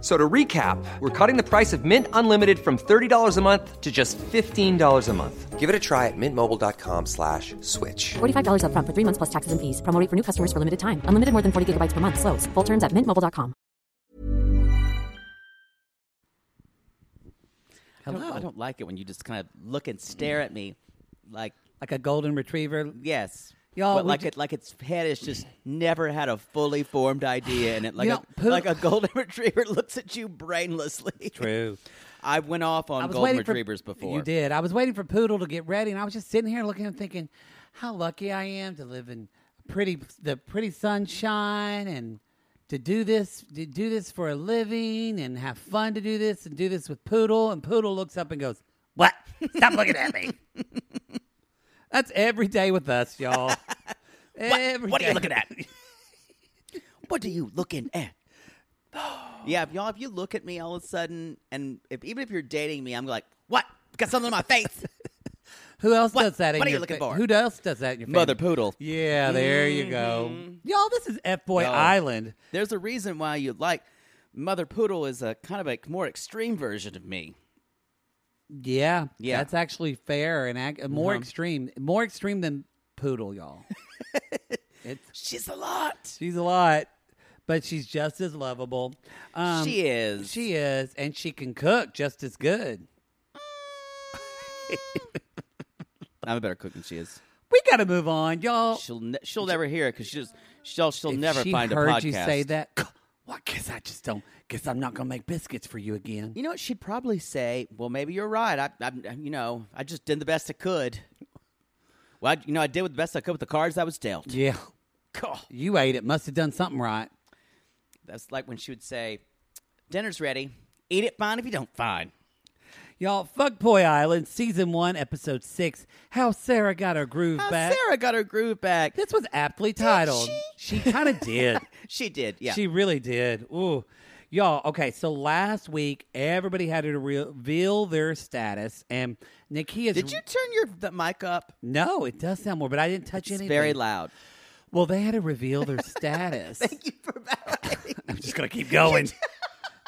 So to recap, we're cutting the price of Mint Unlimited from $30 a month to just $15 a month. Give it a try at mintmobile.com slash switch. $45 upfront for three months plus taxes and fees. Promo rate for new customers for limited time. Unlimited more than 40 gigabytes per month. Slows. Full terms at mintmobile.com. I don't, I Hello. don't like it when you just kind of look and stare at me, like Like a golden retriever. yes, Y'all, but we like ju- it, like its head has just never had a fully formed idea in it. Like You know, a, Pooh- like a golden retriever looks at you brainlessly. True. I went off on I was golden waiting for- retrievers before. You did. I was waiting for Poodle to get ready, and I was just sitting here looking and thinking, how lucky I am to live in pretty the pretty sunshine and to do this to do this for a living and have fun to do this and do this with Poodle. And Poodle looks up and goes, "What? Stop looking at me." That's every day with us, y'all. Every What are day. you looking at? what are you looking at? yeah, if y'all, if you look at me all of a sudden, and if, even if you're dating me, I'm like, what? Got something in my face, Who else What- does that? in what are you your looking fa- for? Who else does that in your family? mother poodle. Yeah, there you go. Mm-hmm. Y'all, this is F Boy No. Island. There's a reason why you like Mother Poodle is a kind of a more extreme version of me. Yeah, Yeah. Uh-huh. that's actually fair and ac- uh, more extreme, more extreme than poodle, y'all. it's She's a lot. she's a lot, but she's just as lovable. Um, she is. she is, and she can cook just as good. I'm a better cook than she is. We got to move on, y'all. She'll ne- she'll never hear it because she just she'll she'll If never she find heard a podcast. you say that. Well, I guess I just don't. Guess I'm not gonna make biscuits for you again. You know what she'd probably say? Well, maybe you're right. I, I you know I just did the best I could. Well, I, you know I did with the best I could with the cards I was dealt. Yeah, Cool. you ate it. Must have done something right. That's like when she would say, "Dinner's ready. Eat it fine if you don't fine." Y'all, Fuck Boy Island, Season 1, Episode 6, How Sarah Got Her Groove Now, Back. Uh, Sarah got her groove back. This was aptly titled. She, kind of did. She did. Yeah. She really did. Ooh. Y'all, okay, so last week, everybody had to re- reveal their status, and Nikia's. Did you turn your the mic up? No, it does sound more, but I didn't touch It's anything. very loud. Well, they had to reveal their status. Thank you for validating. I'm just going to keep going.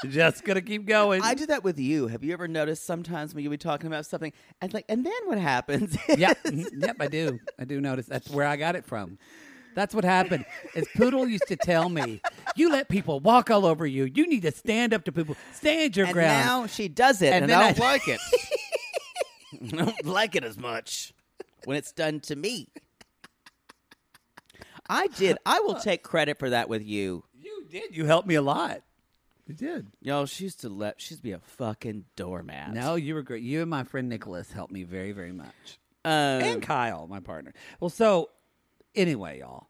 just going to keep going. I do that with you. Have you ever noticed sometimes when you be talking about something and like, and then what happens? yep, yep, I do. I do notice. That's where I got it from. That's what happened. Is Poodle used to tell me, "You let people walk all over you. You need to stand up to people. Stand your and ground." now she does it, And and, then I don't I- like it. I don't like it as much when it's done to me. I did. I will take credit for that with you. you did. You helped me a lot. You did. Yo, she used to let. She used to be a fucking doormat. No, you were great. You and my friend Nicholas helped me very, very much, Um, and Kyle, my partner. Well, so anyway, y'all.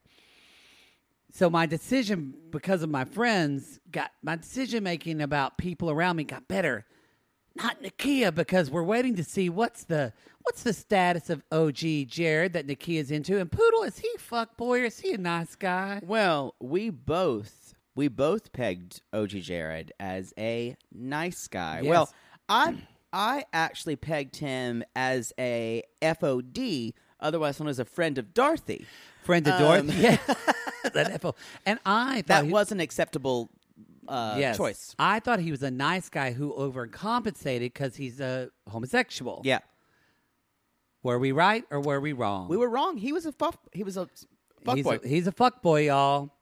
So my decision, because of my friends, got my decision making about people around me got better. not Nakia because we're waiting to see what's the what's the status of OG Jared that Nakia's into and Poodle is he fuck boy or is he a nice guy? Well, we both we both pegged OG Jared as a nice guy. Yes. Well, I I actually pegged him as a FOD, otherwise known as a friend of Dorothy. Friend of Um, Dorothy, yeah, that F-O. and I thought That he- was an acceptable uh, yes. choice. I thought he was a nice guy who overcompensated because he's a homosexual. Yeah, were we right or were we wrong? we were wrong. He was a fuck. He was a he's fuckboy. A, he's a fuck boy, y'all.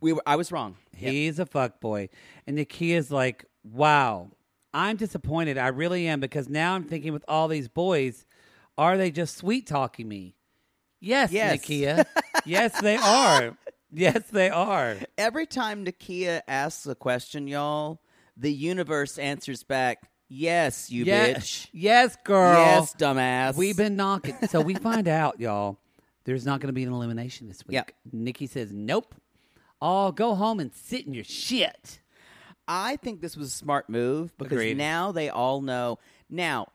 We were. I was wrong. He's a fuck boy. And Nakia's like, wow, I'm disappointed. I really am because now I'm thinking with all these boys, are they just sweet talking me? Yes, Yes. Nakia. yes, they are. Yes, they are. Every time Nakia asks a question, y'all, the universe answers back, "Yes, you Ye- bitch. Yes, girl. Yes, dumbass. We've been knocking. So we find out, y'all, there's not going to be an elimination this week. Yep. Nikki says, nope. I'll go home and sit in your shit. I think this was a smart move because Agreed. now they all know. Now,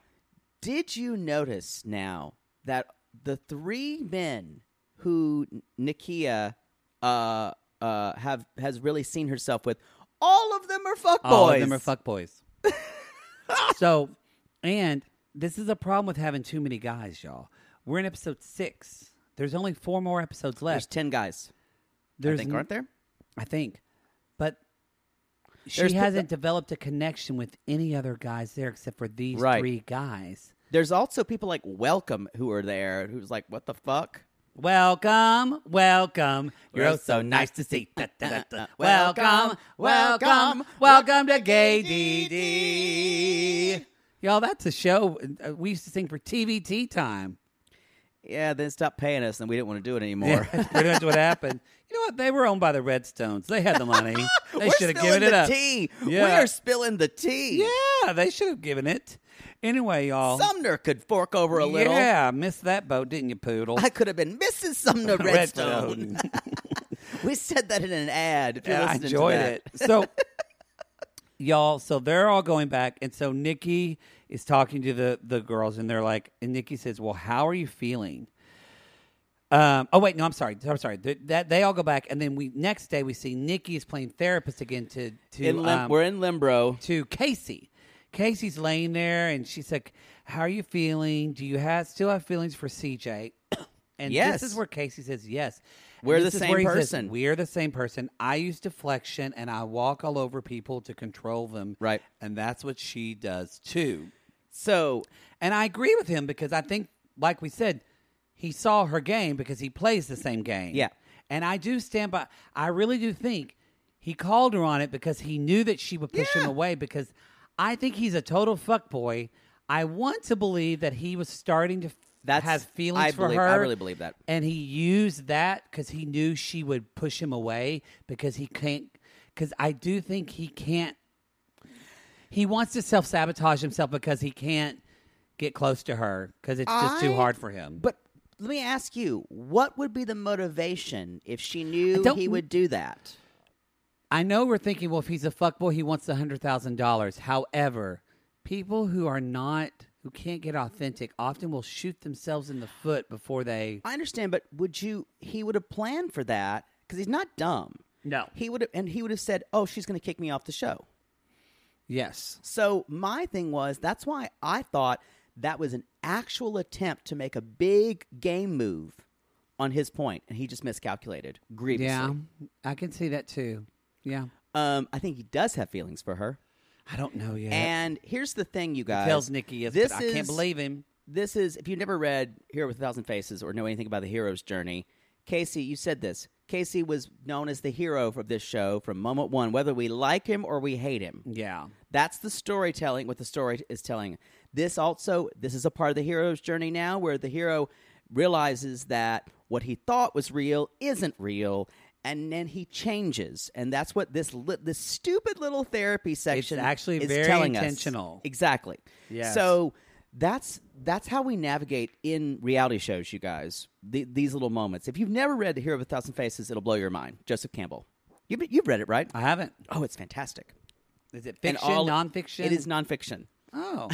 did you notice now that the three men who N- Nakia uh, uh, have has really seen herself with, all of them are fuckboys. All of them are fuckboys. so, and this is a problem with having too many guys, y'all. We're in episode six. There's only four more episodes There's left. ten guys. I think, n- aren't there? I think. But she There's the- hasn't developed a connection with any other guys there except for these Right. three guys. There's also people like Welcome who are there. Who's like, what the fuck? Welcome, welcome. You're We're oh so so nice nice to see. Da, da, da, da. Welcome, Welcome, welcome, welcome, welcome to Gay DD. DD. Y'all, that's a show uh, we used to sing for TVT time. Yeah, then stop paying us, and we didn't want to do it anymore. That's pretty much what happened. You know what? They were owned by the Redstones. They had the money. They We're should have spilling given it the up. tea. Yeah. We are spilling the tea. Yeah, they should have given it. Anyway, y'all. Sumner could fork over a little. Yeah, missed that boat, didn't you, Poodle? I could have been Mrs. Sumner Redstone. we said that in an ad. If you're Yeah, I listening to enjoyed that. it. So, y'all, so they're all going back, and so Nikki is talking to the the girls, and they're like, and Nikki says, "Well, how are you feeling?" Um, oh wait, no, I'm sorry, I'm sorry. Th- that they all go back, and then we next day we see Nikki is playing therapist again to to In Lim- um, we're in Limbro. to Casey. Casey's laying there, and she's like, "How are you feeling? Do you have still have feelings for CJ?" And Yes. this is where Casey says, "Yes, And We're this the is same where he says, person. We're the same person. I use deflection, and I walk all over people to control them. Right. and that's what she does too. So And I agree with him because I think, like we said, he saw her game because he plays the same game. Yeah. And I do stand by. I really do think he called her on it because he knew that she would push him away because I think he's a total fuckboy. I want to believe that he was starting to f- That's- have feelings I for believe- her. I really believe that. And he used that because he knew she would push him away because he can't. Because I do think he can't he wants to self sabotage himself because he can't get close to her because it's just too I- hard for him. But let me ask you, what would be the motivation if she knew don't- he would do that? I know we're thinking, well, if he's a fuckboy, he wants the hundred thousand dollars. However, people who are not who can't get authentic often will shoot themselves in the foot before they. I understand, but would you? He would have planned for that because he's not dumb. No. he would have, and he would have said, "Oh, she's going to kick me off the show." Yes. So my thing was that's why I thought that was an actual attempt to make a big game move on his point, and he just miscalculated grievously. Yeah, I can see that too. Yeah, Um, I think he does have feelings for her. I don't know yet. And here's the thing, you guys. tells Nikki yes, this but I can't is- believe him. This is if you've never read Hero with a Thousand Faces or know anything about the hero's journey. Casey, you said this. Casey was known as the hero of this show from moment one, whether we like him or we hate him. Yeah, That's the storytelling. What the story is telling. This also, this is a part of the hero's journey now, where the hero realizes that what he thought was real isn't real, and then he changes. And that's what this li- this stupid little therapy section actually is very telling us. intentional. Exactly. Yes. So that's that's how we navigate in reality shows, you guys. The, these little moments. If you've never read The Hero with a Thousand Faces, it'll blow your mind. Joseph Campbell. You've, you've read it, right? I haven't. oh, it's fantastic. Is it And fiction, all- nonfiction? It is nonfiction. Oh,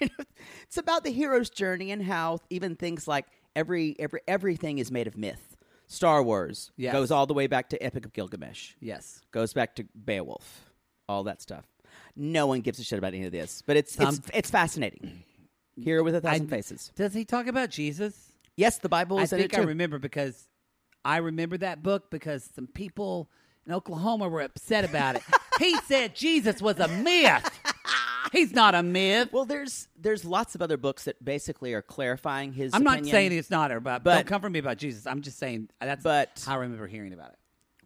it's about the hero's journey and how even things like every every everything is made of myth. Star Wars Yes. goes all the way back to Epic of Gilgamesh. yes. Goes back to Beowulf. All that stuff. No one gives a shit about any of this, but it's it's, Some- it's fascinating. Hero with a thousand I- faces. Does he talk about Jesus? Yes, the Bible I is in think it I too. remember because I remember that book because some people in Oklahoma were upset about it. he said Jesus was a myth. He's not a myth. well, there's there's lots of other books that basically are clarifying his. I'm not opinion. saying it's not about. But- don't come for me about Jesus. I'm just saying that's But- how I remember hearing about it.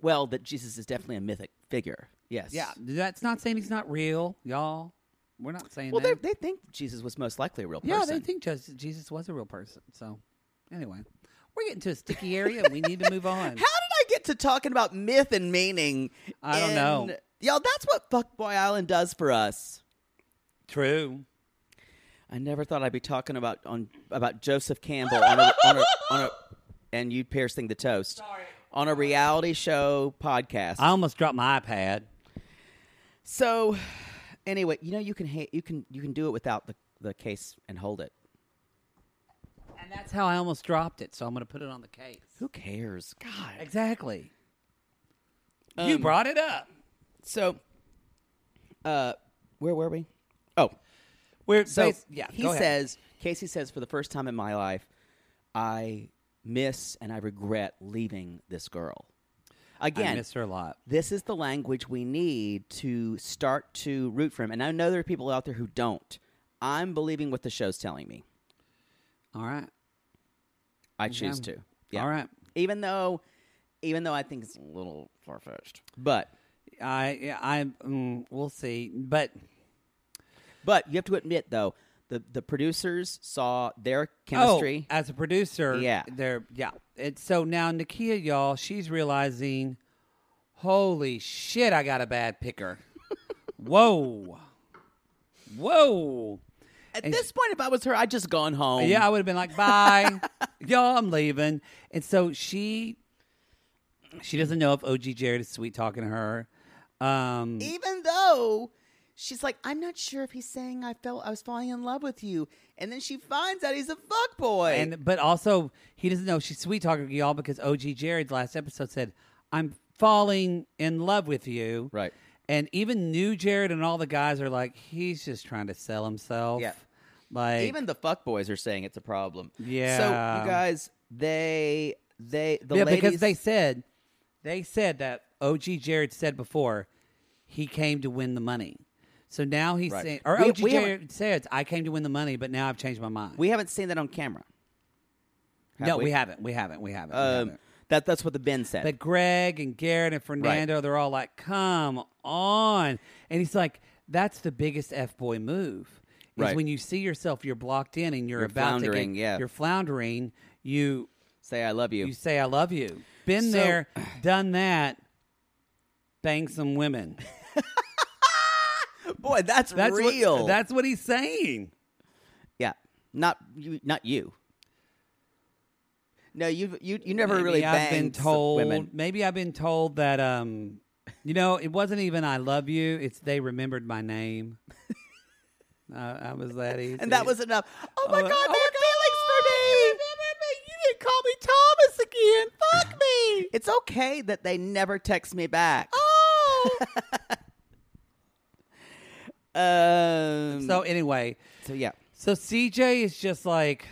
well that Jesus is definitely a mythic figure. Yes. Yeah, that's not saying he's not real, y'all. We're not saying Well, they that. they think Jesus was most likely a real person. yeah, they think Jesus, Jesus was a real person. So, anyway, we're getting to a sticky area. we need to move on. How did I get to talking about myth and meaning. I don't know. and- Y'all, that's what Fuckboy Island does for us. True. I never thought I'd be talking about on about Joseph Campbell on a, on a, on a and you piercing the toast on a reality show podcast. I almost dropped my iPad. so anyway, you know you can ha- you can you can do it without the, the case and hold it. And that's how I almost dropped it, so I'm going to put it on the case. Who cares? God. Exactly. you brought it up. So, uh, where were we? Oh, We're so bas- yeah. he go ahead. says, Casey says, for the first time in my life, I miss and I regret leaving this girl. I Again, miss her a lot. this is the language we need to start to root for him. And I know there are people out there who don't. I'm believing what the show's telling me. All right. I choose to. Yeah. All right. Even though, even though I think it's a little far fetched, but I yeah, I mm, we'll see, but but you have to admit though, the the producers saw their chemistry. Oh, as a producer, Yeah. they're yeah. And so now Nakia, y'all, she's realizing, holy shit, I got a bad picker. Whoa, whoa. At this point, if I was her, I'd just gone home. Yeah, I would have been like, bye, y'all, I'm leaving. And so she, she doesn't know if OG Jared is sweet talking to her. Um, even though she's like, I'm not sure if he's saying I felt I was falling in love with you, and then she finds out he's a fuckboy. and but also he doesn't know if she's sweet talking to y'all because OG Jared's last episode said, "I'm falling in love with you." Right. And even new Jared and all the guys are like, he's just trying to sell himself. Yeah. Like even the fuckboys are saying it's a problem. So Yeah. you guys, they they the yeah, ladies because they said they said that OG Jared said before he came to win the money. So now he's Right. saying, or We- OG we haven't- Jared says, "I came to win the money, but now I've changed my mind." we haven't seen that on camera. have no, we? we? haven't. We haven't. We haven't. we Um, haven't. that that's what the Ben said. But Greg and Garrett and Fernando, they're all like, come on. And he's like, that's the biggest F boy move. Is Right. when you see yourself, you're blocked in and you're, You're about floundering, to get, yeah. you're floundering, you Say I love you. you say I love you. Been So- there, done that, bang some women. Boy, that's, That's real. What, that's what he's saying. yeah. Not you. Not you. No, you you you never Maybe really I've been banged some told women. maybe I've been told that um you know, it wasn't even I love you, it's they remembered my name. Uh, I, I was that easy. And that was enough. Oh my Oh, God, oh they have feelings for me. You didn't call me Thomas again. Fuck me. It's okay that they never text me back. Oh. um. So anyway, so yeah. so CJ is just like,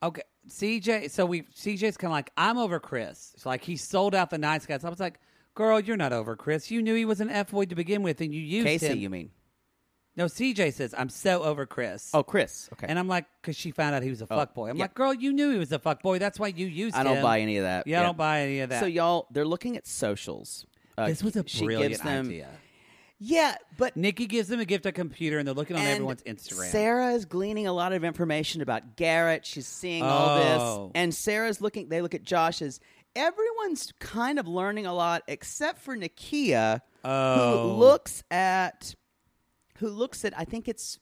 okay, CJ. So we CJ's kind of like, I'm over Chris. It's like he sold out the nice guys. I was like, girl, you're not over Chris. You knew he was an f boy to begin with, and you used Casey, him. you mean? No, CJ says I'm so over Chris. Oh, Chris. Okay. Oh, And I'm like, because she found out he was a fuck boy. I'm yeah. like, girl, you knew he was a fuck boy. That's why you used I him. don't buy any of that. Yeah, I don't buy any of that. So y'all, they're looking at socials. Uh, this was a she brilliant gives them, idea. Yeah, but Nikki gives them a gift a computer, and they're looking on And everyone's Instagram. Sarah is gleaning a lot of information about Garrett. She's seeing all this, Oh. and Sarah's looking. They look at Josh's. Everyone's kind of learning a lot, except for Nakia, Oh. who looks at who looks at. I think it's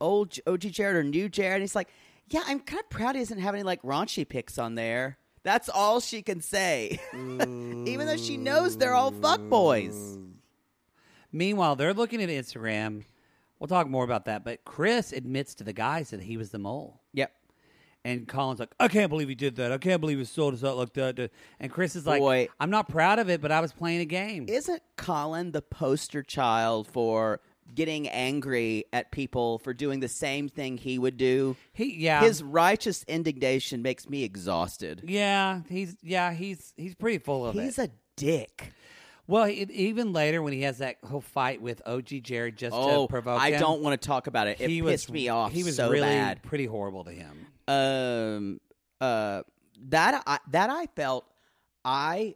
old J- OG Jared or new Jared. And he's like, "Yeah, I'm kind of proud he doesn't have any like raunchy pics on there." That's all she can say, even though she knows they're all fuckboys. Meanwhile, they're looking at Instagram. We'll talk more about that. But Chris admits to the guys that he was the mole. Yep. And Colin's like, I can't believe he did that. I can't believe he sold us out like that. And Chris is like, Boy. I'm not proud of it, but I was playing a game. isn't Colin the poster child for getting angry at people for doing the same thing he would do? He- yeah. His righteous indignation makes me exhausted. yeah, he's yeah, he's he's pretty full of He's it. a dick. well, it, even later when he has that whole fight with OG Jared just oh, to provoke I him, don't want to talk about it. It he pissed was, me off He was so really bad. pretty horrible to him. Um, uh, that I, that I felt I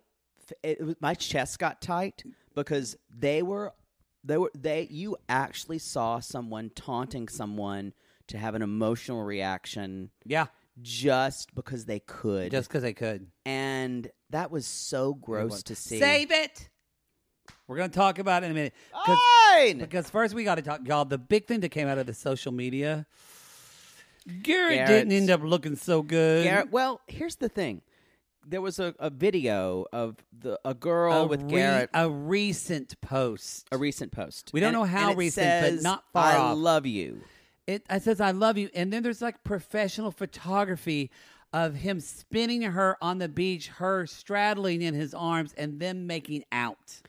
it was, my chest got tight because they were they were they you actually saw someone taunting someone to have an emotional reaction Yeah, just because they could just because they could. and that was so gross to see. Save it. We're going to talk about it in a minute. 'Cause- Fine! Because first we got to talk, y'all. The big thing that came out of the social media, Garrett, Garrett. didn't end up looking so good. Garrett. Well, here's the thing. There was a, a video of the a girl with re- Garrett. a recent post. a recent post. We don't know how it recent, but says, not far I off." love you. it, it says "I love you," and then there's like professional photography of him spinning her on the beach, her straddling in his arms, and them making out.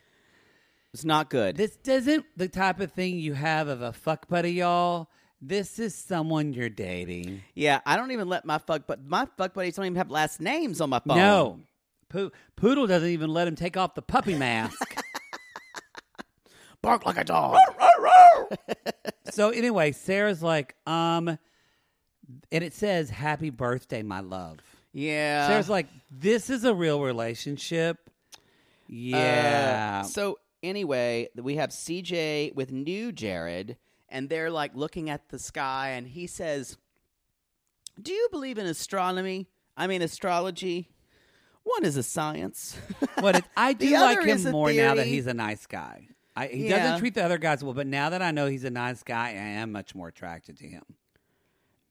It's not good. This isn't the type of thing you have of a fuck buddy, y'all. This is someone you're dating. yeah, I don't even let my fuck but my fuck buddies don't even have last names on my phone. No. Poo- Poodle doesn't even let him take off the puppy mask. Bark like a dog. so anyway, Sarah's like, um, and it says, "Happy birthday, my love." yeah. Sarah's like, "This is a real relationship." Yeah. Uh, so anyway, we have CJ with new Jared, and they're like looking at the sky, and he says, "Do you believe in astronomy? I mean astrology. One is a science. but it, I The do like other him is a more now that theory. he's a nice guy. I, he Yeah. doesn't treat the other guys well, but now that I know he's a nice guy, I am much more attracted to him.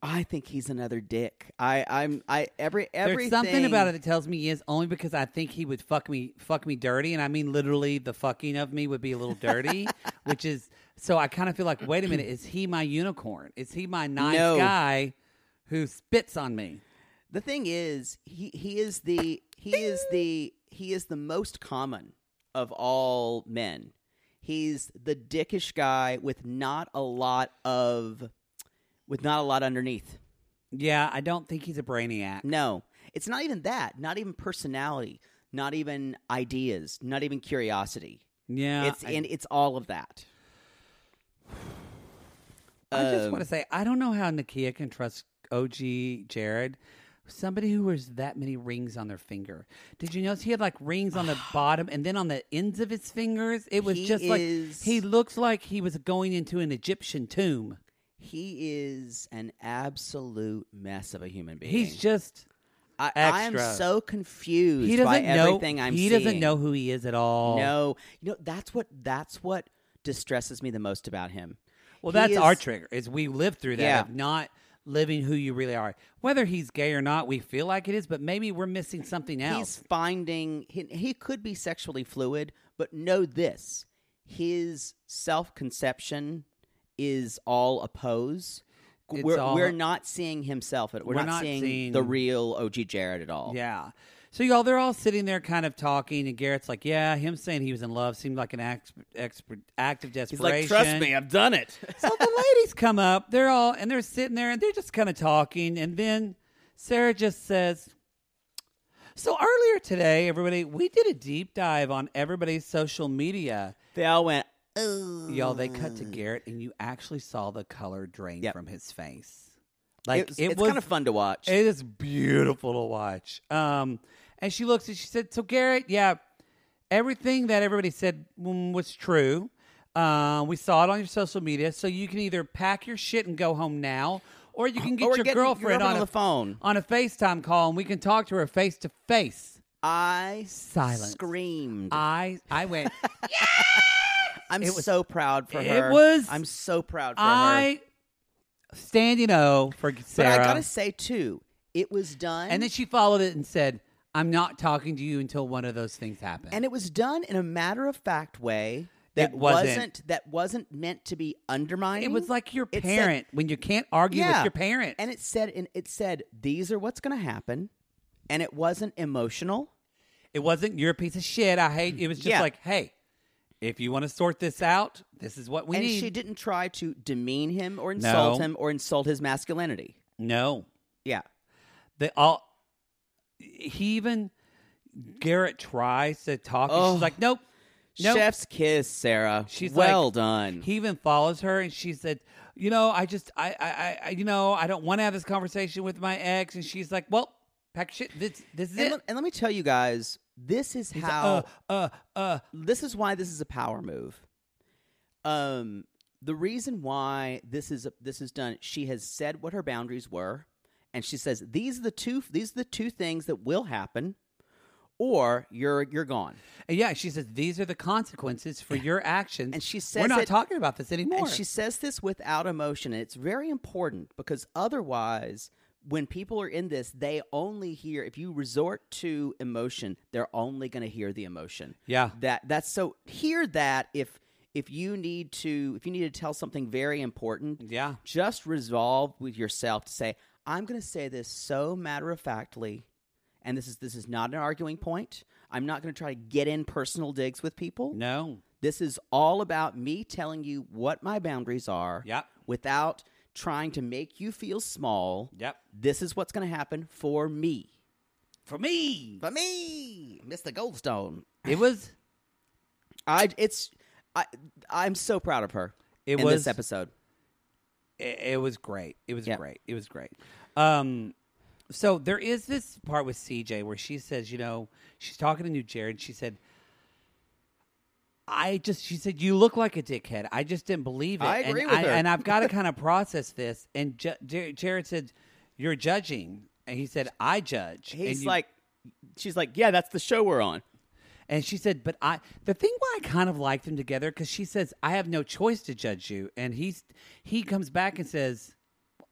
I think he's another dick. I, I'm, I every everything. There's something about it that tells me yes, only because I think he would fuck me, fuck me dirty, and I mean literally the fucking of me would be a little dirty, which is so I kind of feel like, wait a minute, is he my unicorn? Is he my nice No. guy who spits on me? The thing is, he he is the he is the he is the most common of all men. He's the dickish guy with not a lot of with not a lot underneath. Yeah, I don't think he's a brainiac. No. It's not even that, not even personality, not even ideas, not even curiosity. Yeah, it's Uh, I, and it's all of that. I just Um, want to say I don't know how Nakia can trust OG Jared. Somebody who wears that many rings on their finger. Did you notice he had like rings on the bottom and then on the ends of his fingers? It was He just is- like he looked like he was going into an Egyptian tomb. He is an absolute mess of a human being. He's just I, I am extra. so confused he doesn't by know everything I'm he seeing. doesn't know who he is at all. No, you know that's what that's what distresses me the most about him. Well, He that's is- our trigger. Is we live through that Yeah. of not living who you really are. Whether he's gay or not, we feel like it is, but maybe we're missing something He's else. finding he, he could be sexually fluid, but know this: his self-conception is all a pose. It's We're, all- we're not seeing himself. At, we're, We're not, not seeing, seeing- the real OG Jared at all. Yeah. So y'all, they're all sitting there, kind of talking, and Garrett's like, "Yeah, him saying he was in love seemed like an act, expert, act of he's desperation." like, trust me, I've done it. so the ladies come up, they're all and they're sitting there and they're just kind of talking, and then Sarah just says, "So earlier today, everybody, we did a deep dive on everybody's social media. they all went. Ugh. Y'all, they cut to Garrett, and you actually saw the color drain Mm. Yep. from his face. Like It was- it's kind of fun to watch. It is beautiful to watch. Um, and she looks and she said, "So Garrett, yeah, everything that everybody said mm, was true. Uh, we saw it on your social media. So you can either pack your shit and go home now." Or you can get Or your get your girlfriend girlfriend on, on a- the phone. on a FaceTime call, and we can talk to her face to face. I Silence. screamed. I I went. I'm so proud for it her. was- I'm so proud for her. I standing O for But Sarah. I gotta say too, it was done, And then she followed it and said, I'm not talking to you until one of those things happen. and it was done in a matter of fact way that wasn't. that wasn't meant to be undermining. it was like your It said- parent when you can't argue yeah, with your parent. and it said, and it said, these are what's gonna happen, and it wasn't emotional. it wasn't you're a piece of shit. I hate it was just Yeah. like, hey, if you want to sort this out, this is what we and need. she didn't try to demean him or insult No. him or insult his masculinity. no. Yeah, They all he even Garrett tries to talk and Oh. she's like, Nope. Nope. chef's kiss, Sarah. She's well like- done. He even follows her, and she said, "You know, I just, I, I, I- I you know, I don't want to have this conversation with my ex." And she's like, "Well, pack your shit. This, this is and, it." let, and let me tell you guys, this is He's like, how. uh, uh, uh, this is why this is a power move. Um, the reason why this is this is done, she has said what her boundaries were, and she says these are the two these are the two things that will happen. or you're you're gone. And yeah, she says these are the consequences for your actions. And she we're says not it- talking about this anymore. And she says this without emotion, and it's very important because otherwise, when people are in this, they only hear. If you resort to emotion, they're only going to hear the emotion. Yeah. that that's so. Hear that if if you need to if you need to tell something very important. Yeah. just resolve with yourself to say, I'm going to say this so matter of factly. And this is this is not an arguing point. I'm not going to try to get in personal digs with people. no, This is all about me telling you what my boundaries are Yep. without trying to make you feel small. Yep. This is what's going to happen for me. for me, For me, Mr. Goldstone. it was I it's I I'm so proud of her It in was- this episode. it, it was great. It was Yeah. great. It was great. Um, so there is this part with CJ where she says, you know, she's talking to New Jared. She said, I just, she said, you look like a dickhead. I just didn't believe it. I agree and with her. And I've got to kind of process this. And J- Jar- Jared said, you're judging. And he said, I judge. And He's you- like she's like, "Yeah, that's the show we're on." And she said, "But I." The thing why I kind of liked them together because she says, "I have no choice to judge you," and he's he comes back and says,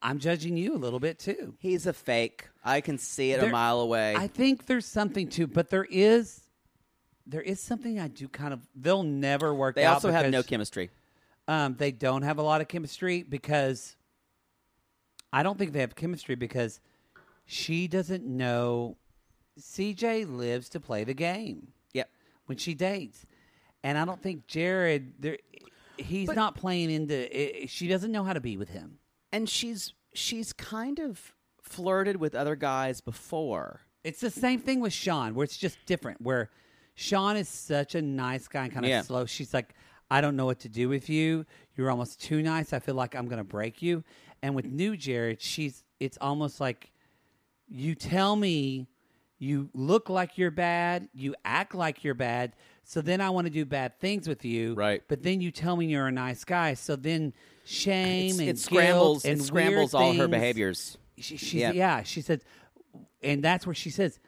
"I'm judging you a little bit too." He's a fake. I can see it a There- mile away. I think there's something to, but there is there is something I do kind of. They'll never work. they out also have no because, chemistry. Um, they don't have a lot of chemistry because I don't think they have chemistry because she doesn't know. CJ lives to play the game Yep. when she dates. And I don't think Jared, there, he's not playing into. It, she doesn't know how to be with him. And she's she's kind of flirted with other guys before. It's the same thing with Sean, where it's just different. Where Sean is such a nice guy and kind of Yeah. slow. She's like, I don't know what to do with you. You're almost too nice. I feel like I'm gonna break you. And with new Jared, she's it's almost like you tell me you look like you're bad, you act like you're bad, so then I want to do bad things with you. Right. But then you tell me you're a nice guy, so then shame It's- and it scrambles guilt and it weird scrambles all her things. behaviors. She, she Yeah. yeah, she said, and that's where she says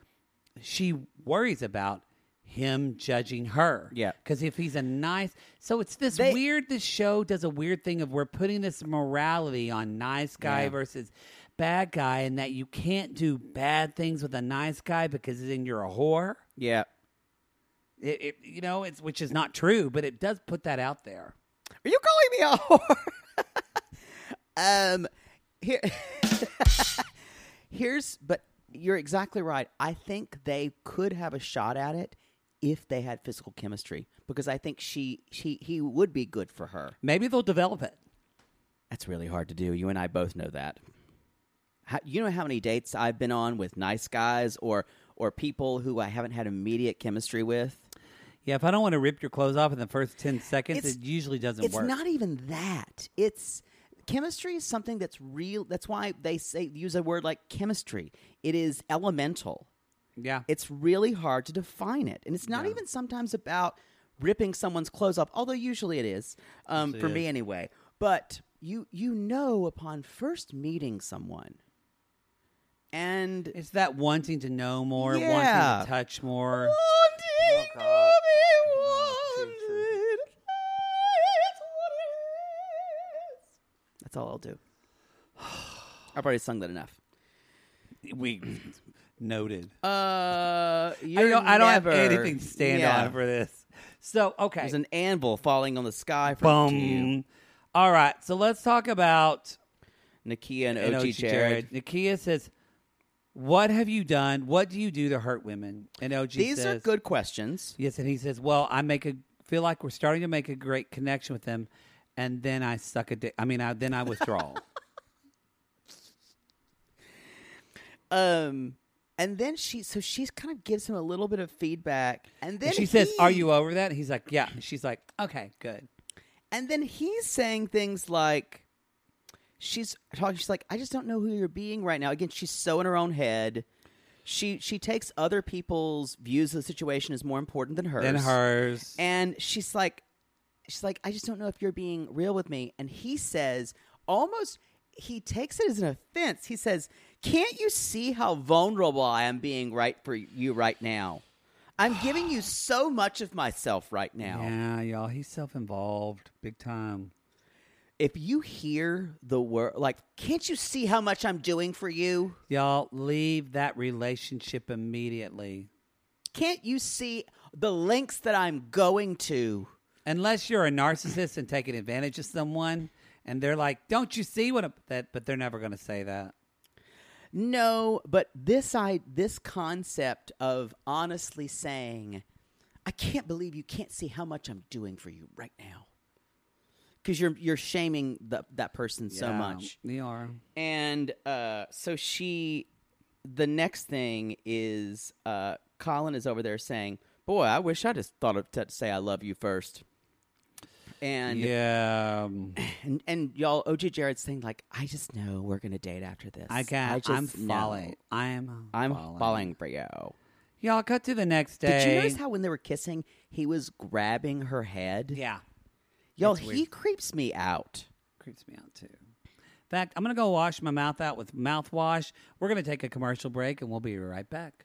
she worries about him judging her. Yeah. Because if he's a nice, so it's this They- weird. This show does a weird thing of we're putting this morality on nice guy versus bad guy, and that you can't do bad things with a nice guy because then you're a whore. Yeah. It, it, you know, it's which is not true, but it does put that out there. Are you calling me a whore? um, here, here's. But you're exactly right. I think they could have a shot at it if they had physical chemistry, because I think she, she, he would be good for her. Maybe they'll develop it. That's really hard to do. You and I both know that. How, you know how many dates I've been on with nice guys or or people who I haven't had immediate chemistry with. Yeah, if I don't want to rip your clothes off in the first ten seconds, It's- it usually doesn't it's work. not even that. It's chemistry is something that's real. That's why they say use a word like chemistry. It is elemental. yeah, It's really hard to define it, and it's not even sometimes about ripping someone's clothes off. Although usually it is um, for me anyway. But you you know upon first meeting someone, and It's that wanting to know more, wanting Yeah. to touch more. Wanting to be wanted. That's what it is. That's all I'll do. I've already sung that enough. We noted. Uh, I you're don't, I don't have never- anything to stand Yeah. on for this. So okay, There's an anvil falling on the sky from you. boom. All right, so let's talk about Nakia and and OG, OG Jared. Nakia says, "What have you done? What do you do to hurt women?" And OG These are says, good questions. Yes, and he says, "Well, I make a feel like we're starting to make a great connection with them, and then I suck a dick. I mean, I then I withdraw." Um, and then she, so she kind of gives him a little bit of feedback, and then and she says, "Are he- you over that?" He's like, "Yeah." And she's like, "Okay, good." And then he's saying things like, she's talking. She's like, I just don't know who you're being right now. Again, she's so in her own head. She she takes other people's views of the situation is more important than hers. Then hers. And she's like, she's like, I just don't know if you're being real with me. And he says, almost, he takes it as an offense. He says, Can't you see how vulnerable I am being right for you right now? I'm giving you so much of myself right now. Yeah, y'all. He's self-involved, big time. If you hear the word, like, can't you see how much I'm doing for you? Y'all leave that relationship immediately. Can't you see the lengths that I'm going to? Unless you're a narcissist and taking advantage of someone, and they're like, "Don't you see what?" i that, but they're never going to say that. No, but this I this concept of honestly saying, I can't believe you can't see how much I'm doing for you right now. Cuz you're you're shaming the, that person so Yeah, much. They are. And uh so she the next thing is uh Colin is over there saying, "Boy, I wish I just thought of to say I love you first. And yeah. um, and and y'all OJ Jared's saying like, "I just know we're going to date after this." I got. just I'm know." falling. I'm. I'm falling. falling for you. Y'all cut to the next day. Did you notice how when they were kissing, he was grabbing her head? Yeah, Y'all, he creeps me out. creeps me out too. In fact, I'm gonna go wash my mouth out with mouthwash. We're gonna take a commercial break, and we'll be right back.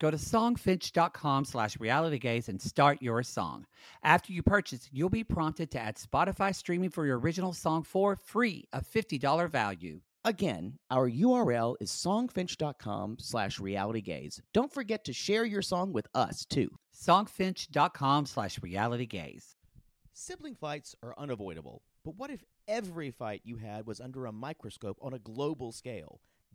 Go to songfinch.com slash realitygaze and start your song. After you purchase, you'll be prompted to add Spotify streaming for your original song for free, a $50 value. Again, our URL is songfinch.com slash realitygaze. Don't forget to share your song with us, too. songfinch.com slash reality gaze. Sibling fights are unavoidable, but what if every fight you had was under a microscope on a global scale?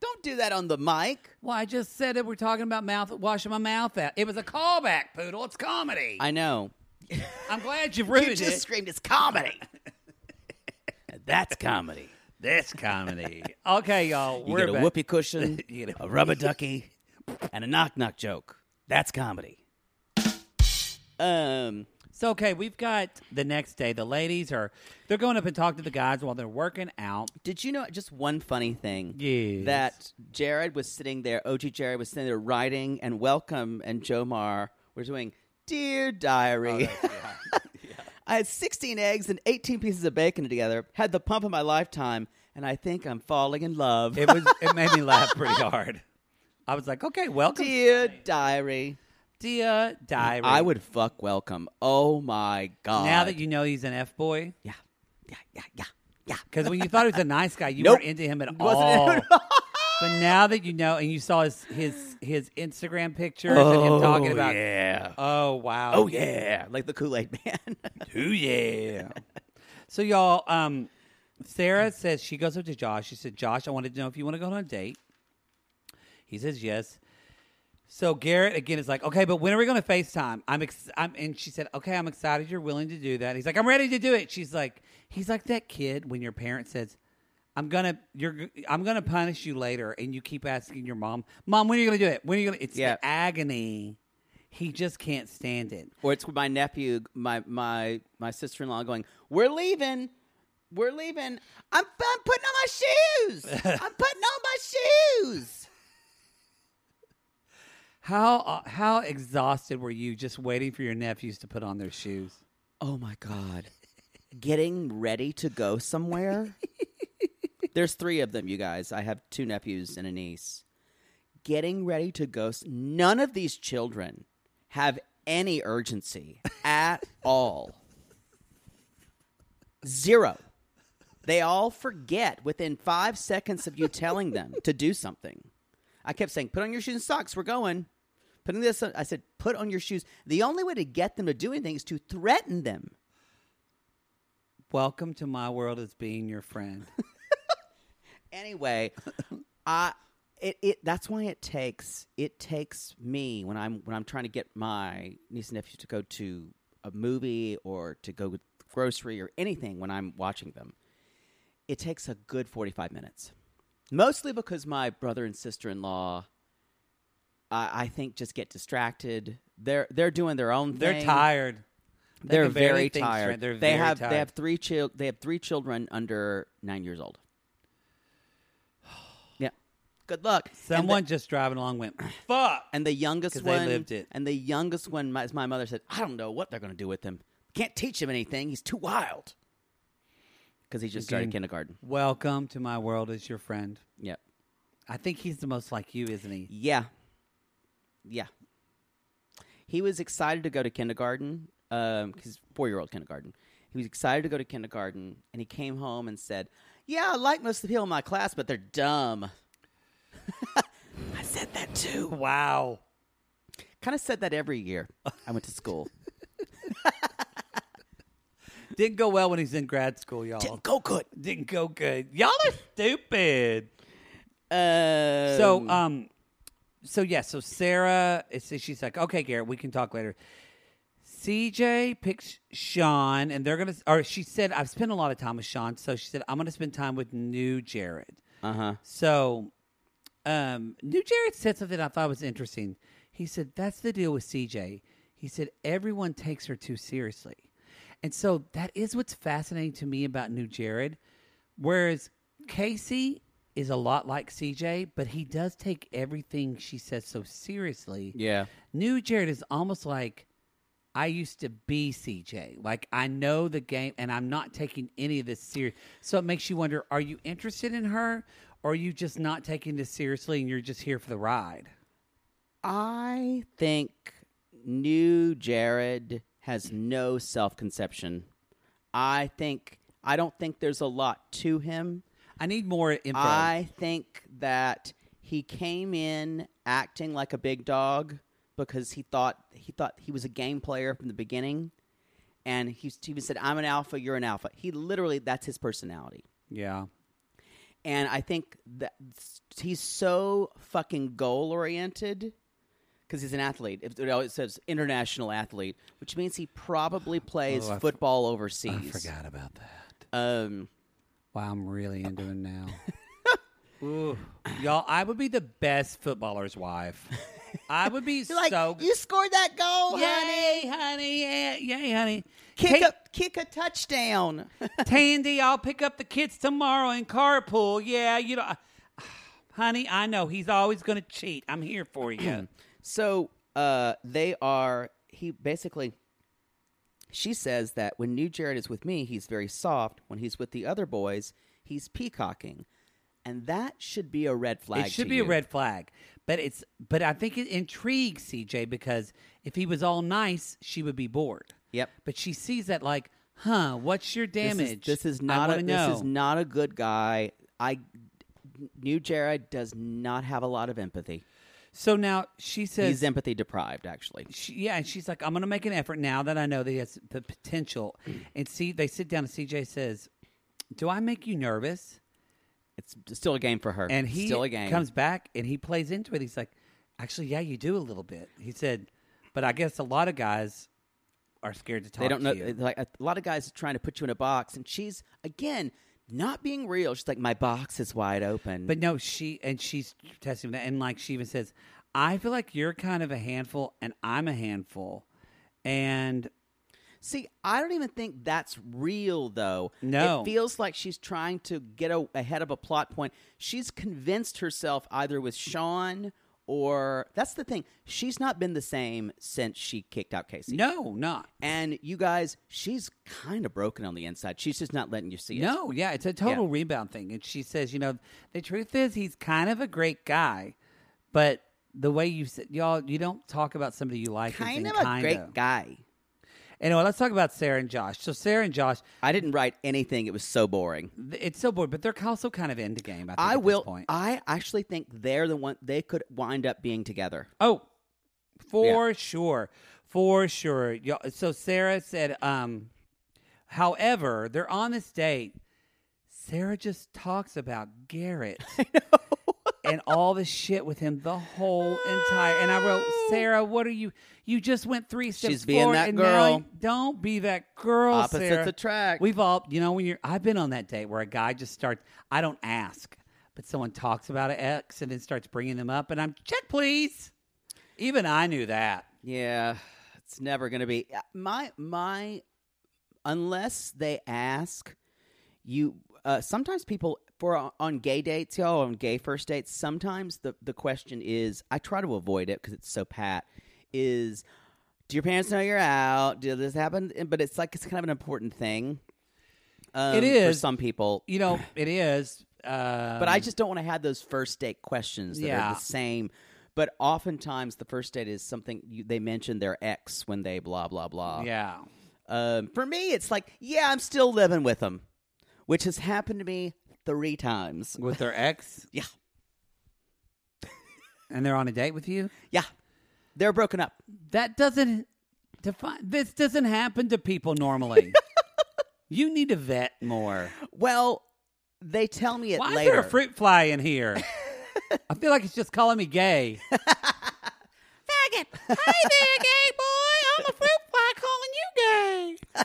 Don't do that on the mic. Well, I just said that we're talking about mouth washing my mouth out. It was a callback, poodle. It's comedy. I, I know. am glad you've ruined You just it. screamed, it's comedy. That's comedy. That's comedy. okay, y'all. You we're get a back. whoopee cushion, a rubber ducky, and a knock knock joke. That's comedy. Um, So okay, we've got the next day. The ladies are they're going up and talk to the guys while they're working out. did you know just one funny thing? Yes. That Jared was sitting there, OG Jared was sitting there writing, and Welcome and Jomar were doing Dear Diary. Oh, I had 16 eggs and 18 pieces of bacon together, had the pump of my lifetime, and I think I'm falling in love. It was it made me laugh pretty hard. I was like, okay, welcome, Dear Diary. dear diary. I would fuck Welcome. Oh my God. now that you know he's an f boy. Yeah. Yeah, yeah, yeah, yeah. Because when you thought he was a nice guy, you Nope. weren't into him at all. Wasn't into him at but now that you know, and you saw his his his Instagram pictures and him talking about, yeah. oh wow, Oh yeah, like the Kool Aid Man. Oh yeah. so y'all, um, Sarah says she goes up to Josh. She said, "Josh, I wanted to know if you want to go on a date." He says yes. So Garrett again is like, "Okay, but when are we going to FaceTime?" I'm, ex- I'm, and she said, "Okay, I'm excited you're willing to do that." He's like, "I'm ready to do it." She's like, "He's like that kid when your parent says." I'm gonna, you're, g- I'm gonna punish you later, and you keep asking your mom, "Mom, when are you gonna do it? When are you gonna?" It's Yeah. the agony. He just can't stand it. or it's my nephew, my my my sister in law going, "We're leaving, we're leaving. I'm, I'm putting on my shoes. I'm putting on my shoes." How uh, how exhausted were you just waiting for your nephews to put on their shoes? Oh my god, getting ready to go somewhere. There's three of them, you guys. I have two nephews and a niece. Getting ready to go. s- None of these children have any urgency at all. Zero. They all forget within five seconds of you telling them to do something. I kept saying, put on your shoes and socks, we're going. Putting this on, I said, put on your shoes. The only way to get them to do anything is to threaten them. Welcome to my world as being your friend. anyway, I it, it that's why it takes it takes me when I'm when I'm trying to get my niece and nephew to go to a movie or to go to the grocery or anything when I'm watching them. It takes a good 45 minutes. Mostly because my brother and sister-in-law I, I think just get distracted. They're they're doing their own They're thing. tired. They They're can barely very think straight. tired. They're they very have tired. they have three chil- they have three children under nine years old. Yeah. Good luck. Someone just driving along went, fuck. and the youngest 'Cause one they lived it. And the youngest one, my, as my mother said, I don't know what they're going to do with him. Can't teach him anything. He's too wild. Because he just started Again. kindergarten. Welcome to my world as your friend. Yep. I think he's the most like you, isn't he? Yeah. Yeah. He was excited to go to kindergarten, um, his four year old kindergarten. He was excited to go to kindergarten, and he came home and said, Yeah, I like most of the people in my class, but they're dumb. I said that too. Wow. Kind of said that every year I went to school. Didn't go well when he's in grad school, y'all. Didn't go good. Didn't go good. Y'all are stupid. Uh, So um, so yeah, so Sarah, it's, she's like, okay, Garrett, we can talk later. CJ picks Sean, and they're gonna. Or she said, I've spent a lot of time with Sean, so she said I'm gonna spend time with new Jared. Uh huh. So, um, new Jared said something I thought was interesting. He said that's the deal with CJ. He said everyone takes her too seriously, and so that is what's fascinating to me about new Jared. Whereas Casey is a lot like CJ, but he does take everything she says so seriously. Yeah. New Jared is almost like I used to be CJ. Like I know the game and I'm not taking any of this serious. So it makes you wonder, are you interested in her or are you just not taking this seriously and you're just here for the ride? I think new Jared has no self conception. I think I don't think there's a lot to him. I need more info. I think that he came in acting like a big dog because he thought he thought he was a game player from the beginning, and he he even said, "I'm an alpha, you're an alpha." He literally that's his personality, yeah. and I think that he's so fucking goal oriented because he's an athlete. It it always says international athlete, which means he probably plays football Oh, I overseas. forgot about that. Um, Wow, I'm really into him now. Ooh. Y'all, I would be the best footballer's wife. I would be like so you scored that goal, honey. Yay, honey. Yeah, yay, honey. Kick Kate- a kick a touchdown. Tandy, I'll pick up the kids tomorrow in carpool. Yeah, you know. I- Honey, I know he's always going to cheat. I'm here for you. So uh, they are. He basically. She says that when New Jared is with me, he's very soft. When he's with the other boys, he's peacocking, and that should be a red flag. it should to be a you. red flag, but it's but I think it intrigues CJ because if he was all nice, she would be bored. Yep. But she sees that like, huh? What's your This is- damage? This is I not. wanna A, this is know. not a good guy. I. New Jared does not have a lot of empathy. So now she says He's empathy deprived, actually. she, yeah, and she's like, I'm going to make an effort now that I know that he has the potential. And see, they sit down and CJ says, Do I make you nervous? It's still a game for her. And It's he still a game. comes back and he plays into it. He's like, Actually, yeah, you do a little bit. He said, But I guess a lot of guys are scared to talk They don't to know. you. Like a lot of guys are trying to put you in a box, and she's again not being real. She's like, "My box is wide open." But no, she and she's testing that, and like she even says, "I feel like you're kind of a handful, and I'm a handful." And see, I don't even think that's real, though. No. it feels like she's trying to get a- ahead of a plot point. She's convinced herself either with Sean or that's the thing. She's not been the same since she kicked out Casey. no, not And you guys, she's kind of broken on the inside. She's just not letting you see it. No, yeah, it's a total rebound thing. And she says, you know, the truth is he's kind of a great guy, but the way you said, y'all, you don't talk about somebody you like. as kind in of a kind great of. guy. Anyway, let's talk about Sarah and Josh. So Sarah and Josh, I didn't write anything. It was so boring. th- it's so bored, but they're also kind of in the game. I, think, I at will. This point. I actually think they're the one they could wind up being together. Oh, for sure. For sure. Y'all, so Sarah said, um, however, they're on this date. Sarah just talks about Garrett and all the shit with him the whole entire. And I wrote, Sarah, what are you? You just went three steps She's being forward that and now girl. you- don't be that girl. Opposites Sarah. attract. We've all, you know, when you're. I've been on that date where a guy just starts. I don't ask, but someone talks about an ex and then starts bringing them up, and I'm check, please. Even I knew that. Yeah, it's never going to be uh, my my unless they ask you. Uh, sometimes people for uh, on gay dates, y'all on gay first dates. Sometimes the the question is, I try to avoid it because it's so pat. Is do your parents know you're out? Did this happen? But it's like it's kind of an important thing. Um, is. for some people. You know, it is. Uh, But I just don't want to have those first date questions that Yeah. are the same. But oftentimes, the first date is something you, they mention their ex when they blah blah blah. yeah. Um, for me, it's like, yeah, I'm still living with them, which has happened to me three times. With their ex, Yeah, and they're on a date with you. yeah, they're broken up. That doesn't define. This doesn't happen to people normally. you need to vet more. Well, they tell me it Why is later. there a fruit fly in here? I feel like it's just calling me gay. Faggot. Hey there, gay boy. I'm a fruit fly calling you gay.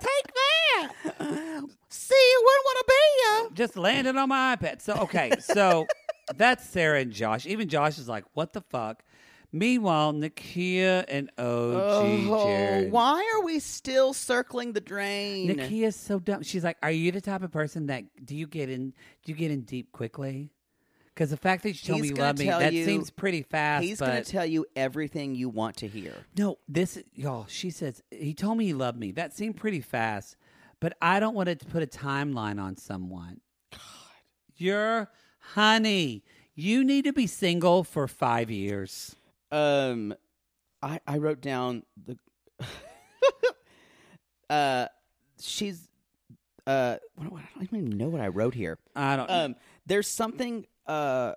Take that. See, you wouldn't want to be you. Just landed on my iPad. So, okay. So that's Sarah and Josh. Even Josh is like, what the fuck? Meanwhile, Nakia and OG Oh, Jared. why are we still circling the drain? Nakia's so dumb. She's like, "Are you the type of person that do you get in? Do you get in deep quickly? Because the fact that you told He's me you gonna love me tell that you- seems pretty fast. He's going but to tell you everything you want to hear. no, this y'all. She says he told me he loved me. That seemed pretty fast, but I don't want to put a timeline on someone. God, you're honey. You need to be single for five years. Um, I I wrote down the. uh, she's uh. What, what, I don't even know what I wrote here. I don't. Um, there's something. Uh,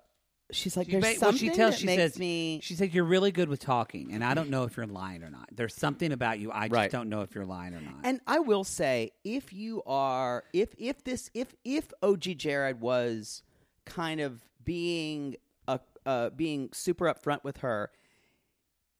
she's like. She there's ba- well, something she tells that she makes says me. she said you're really good with talking, and I don't know if you're lying or not. There's something about you. I just Right. don't know if you're lying or not. And I will say, if you are, if if this, if if OG Jared was kind of being a uh, being super upfront with her,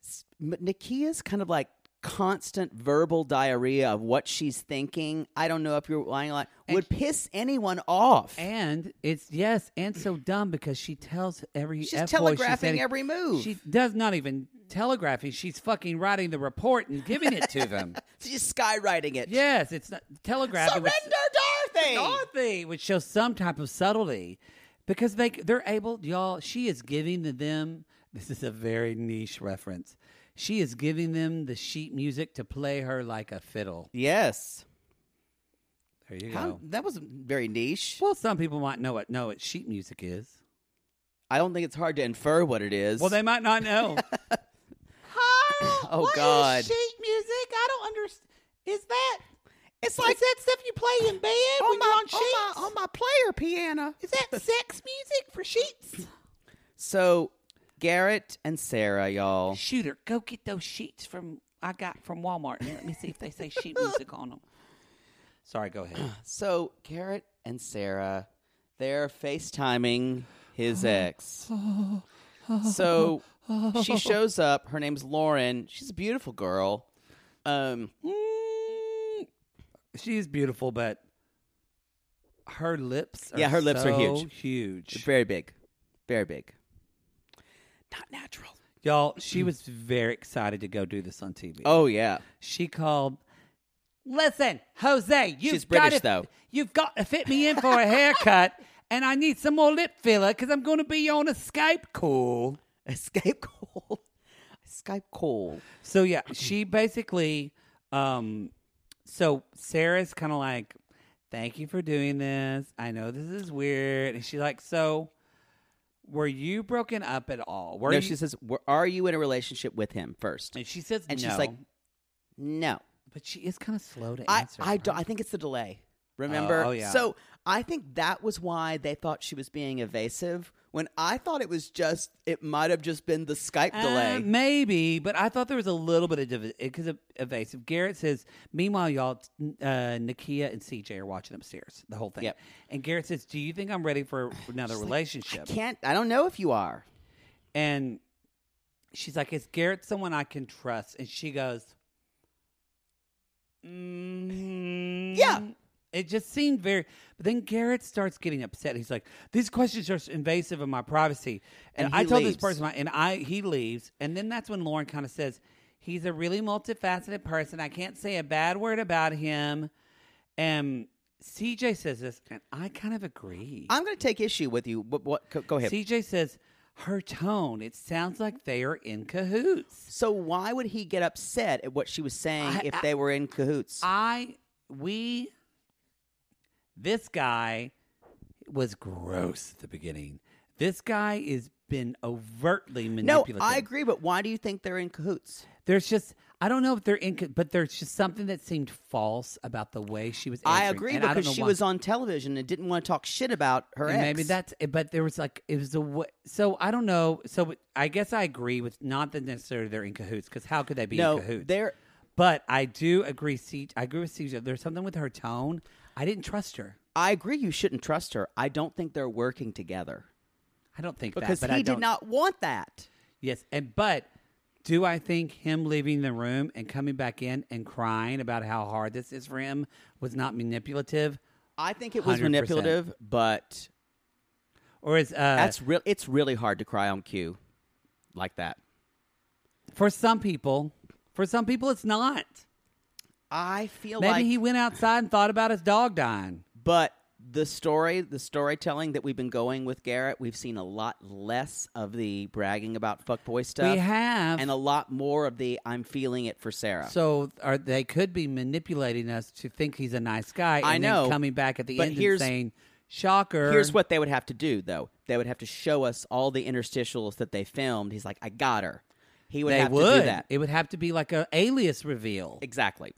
s- M- Nakia's kind of like constant verbal diarrhea of what she's thinking. I don't know if you're lying. Like would piss anyone off. And it's yes, and so dumb because she tells every She's F-boy she's telegraphing dating- every move. She does not even telegraphing. She's fucking writing the report and giving it to them. she's skywriting it. yes, it's not telegraphing. surrender, with- Dorothy. Dorothy would show some type of subtlety because they they're able y'all she is giving to them this is a very niche reference she is giving them the sheet music to play her like a fiddle Yes, there you How, go that was very niche. well some people might know what know what sheet music is I don't think it's hard to infer what it is. well they might not know Oh, what is God. sheet music I don't understand is that It's like that stuff you play in bed when you're on sheets? my player piano. is that sex music for sheets So, Garrett and Sarah, y'all. shooter go get those sheets from I got from Walmart and let me see if they say sheet music on them sorry go ahead So, Garrett and Sarah, they're FaceTiming his ex. So, she shows up. Her name's Lauren. She's a beautiful girl. Um, She is beautiful, but her lips are Yeah, her lips are so huge. Huge. very big. Very big. Not natural. Y'all, Mm. she was very excited to go do this on TV. Oh, yeah. She called Listen, Jose, you've She's got British, to, though. You've got to fit me in for a haircut and I need some more lip filler because I'm gonna be on a Skype call. Escape call. Skype call. So yeah, she basically um so Sarah's kind of like thank you for doing this. I know this is weird and she's like so were you broken up at all? Were no, you she says, "Were- "Are you in a relationship with him first? and she says and no. she's like, "No, but she is kind of slow to I, answer. I, right? do, I think it's the delay. Remember? oh, yeah. So I think that was why they thought she was being evasive. When I thought it was just, it might have just been the Skype Uh, delay. maybe, but I thought there was a little bit of div- because of evasive. Garrett says, "Meanwhile, y'all, uh, Nakia and CJ are watching upstairs the whole thing." Yep. And Garrett says, "Do you think I'm ready for another I relationship?" can't. I don't know if you are. And she's like, Is Garrett someone I can trust? And she goes, mm Yeah. It just seemed very. But then Garrett starts getting upset. He's like, "These questions are invasive of my privacy." And, And I he told leaves. this person, and I he leaves. And then that's when Lauren kind of says, "He's a really multifaceted person. I can't say a bad word about him." And CJ says this, and I kind of agree. I'm going to take issue with you. What? what go, go ahead. CJ says her tone. It sounds like they are in cahoots. so why would he get upset at what she was saying I- if I- they were in cahoots? I we this guy was gross at the beginning. This guy is been overtly no, manipulative. I agree. But why do you think they're in cahoots? There's just I don't know if they're in, ca- but there's just something that seemed false about the way she was. I answering, agree and don't because know she why. was on television and didn't want to talk shit about her And ex. Maybe that's, but there was like it was a wa- so I don't know. So I guess I agree with not that necessarily they're in cahoots because how could they be no. in cahoots? They're But I do agree. C- I agree with CJ. There's something with her tone. I didn't trust her. I agree you shouldn't trust her. I don't think they're working together I don't think because that. But I he don't, did not want that. Yes, and but do I think him leaving the room and coming back in and crying about how hard this is for him was not manipulative, I think it was 100%. manipulative, but or is uh, that's real. It's really hard to cry on cue like that. For some people, for some people, it's not. I feel Maybe like he went outside and thought about his dog dying. But the story, the storytelling that we've been going with Garrett, we've seen a lot less of the bragging about fuckboy stuff. We have. and a lot more of the I'm feeling it for Sarah. So are they could be manipulating us to think he's a nice guy. And I know, Then coming back at the but end here's- and saying, "Shocker." Here's what they would have to do, though. They would have to show us all the interstitials that they filmed. He's like, I got her. He would they have would. to do that. It would have to be like a alias reveal. Exactly.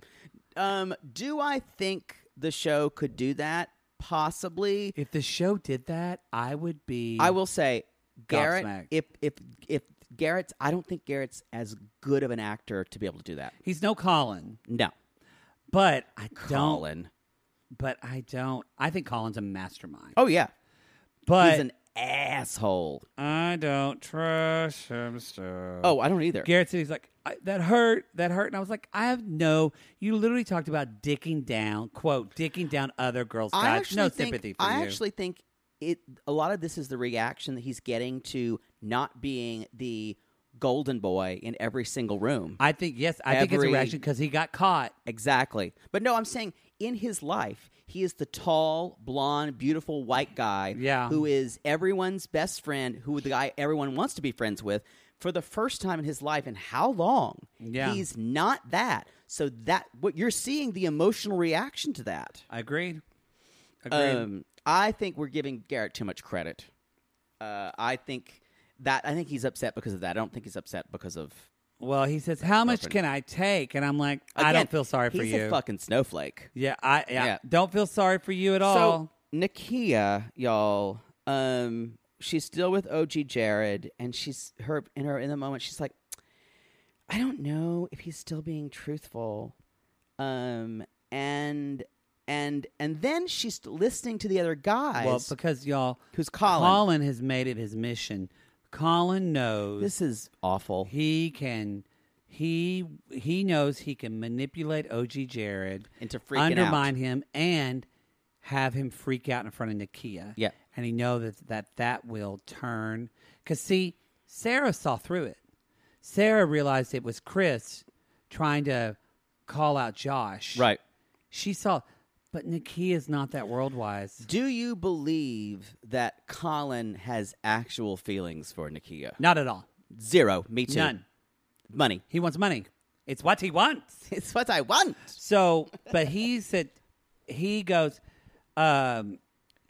Um, do I think the show could do that? Possibly. If the show did that, I would be. I will say, Garrett. Gobsmacked. If if if Garrett's, I don't think Garrett's as good of an actor to be able to do that. He's no Colin, No, but I don't. Colin. But I don't. I think Colin's a mastermind. Oh yeah, but he's an asshole. I don't trust him still. Oh, I don't either. Garrett said he's like I, that hurt, that hurt, and I was like, I have no. You literally talked about dicking down, quote, dicking down other girls' I guys. actually No think, sympathy for I you. actually think it. A lot of this is the reaction that he's getting to not being the golden boy in every single room. I think yes, I think it's a Every- reaction because he got caught. Exactly. But no, I'm saying in his life, he is the tall, blonde, beautiful white guy Yeah. who is everyone's best friend, who the guy everyone wants to be friends with for the first time in his life and how long. Yeah. He's not that. So that what you're seeing the emotional reaction to that. I agreed. Agreed. Um, I think we're giving Garrett too much credit. Uh, I think that I think he's upset because of that. I don't think he's upset because of well, he says, "How much can I take?" And I'm like, "I Again, don't feel sorry for he's you." a fucking snowflake. yeah, I yeah, Yeah. don't feel sorry for you at all. So Nakia, y'all, um, she's still with OG Jared, and she's her in her in the moment. She's like, I don't know if he's still being truthful, um, and and and then she's listening to the other guys. well, because y'all, Who's Colin? Colin has made it his mission. Colin knows this is awful. he can he he knows he can manipulate OG Jared Into freaking out. undermine him and have him freak out in front of Nakia. Yeah. And he know that that that will turn cuz see Sarah saw through it. Sarah realized it was Chris trying to call out Josh. She saw but Nakia's not that world wise. Do you believe that Colin has actual feelings for Nakia? Not at all. Zero. Me too. None. Money. He wants money. It's what he wants. It's what I want. So, but he said he goes. um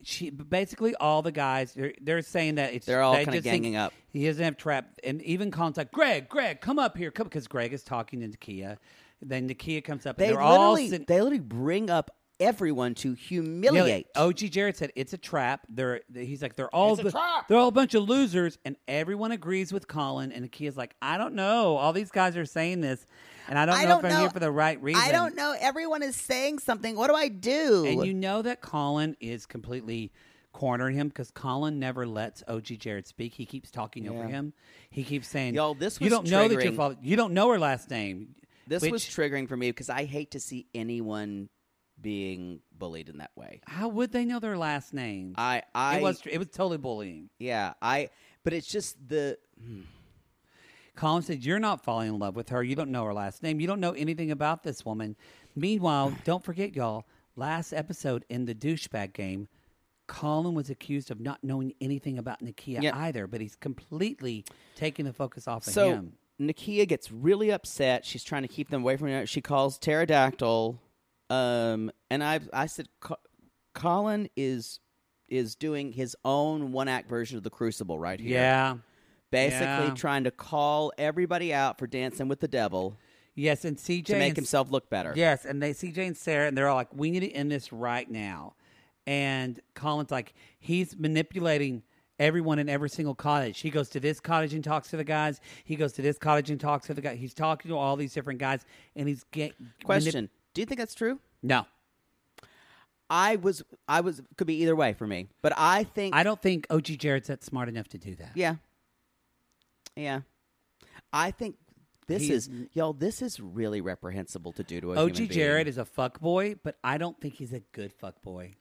she basically all the guys they're, they're saying that it's They're all they kinda just think ganging up. He doesn't have trap, and even Colin's like Greg, Greg, come up here, come because Greg is talking to Nakia. Then Nakia comes up. They and they're all literally, sit- they literally bring up everyone to Yeah, humiliate. OG Jared said it's a trap. They're he's like they're all bu- they're all a bunch of losers, and everyone agrees with Colin. And Nakia's like I don't know. All these guys are saying this, and I don't know if I'm here for the right reason. I don't know. Everyone is saying something. What do I do? And you know that Colin is completely cornering him because Colin never lets OG Jared speak. He keeps talking over him. He keeps saying, Y'all, this you was don't know that your triggering. father. You don't know her last name." this which- was triggering for me because I hate to see anyone being bullied in that way. How would they know their last name? I, I, it was. It was totally bullying. yeah, I. But it's just the Colin said, You're not falling in love with her. You don't know her last name. You don't know anything about this woman. Meanwhile, don't forget, y'all, last episode in the douchebag game, Colin was accused of not knowing anything about Nakia Yeah. either, but he's completely taking the focus off of so him. Nakia gets really upset. She's trying to keep them away from her. She calls pterodactyl, um, and I I said, "Co- Colin is is doing his own one act version of the Crucible right here. Yeah. basically yeah. trying to call everybody out for dancing with the devil Yes, and CJ to make and- himself look better. Yes, and they CJ and Sarah, and they're all like, "We need to end this right now." And Colin's like, he's manipulating everyone in every single cottage. He goes to this cottage and talks to the guys. He goes to this cottage and talks to the guy. He's talking to all these different guys, and he's get manip- Question: Do you think that's true? no, I was I was could be either way for me, but I think I don't think OG Jared's that smart enough to do that. Yeah. Yeah. I think this He's- is y'all. This is really reprehensible to do to a human OG being. Jared is a fuck boy, but I don't think he's a good fuck boy.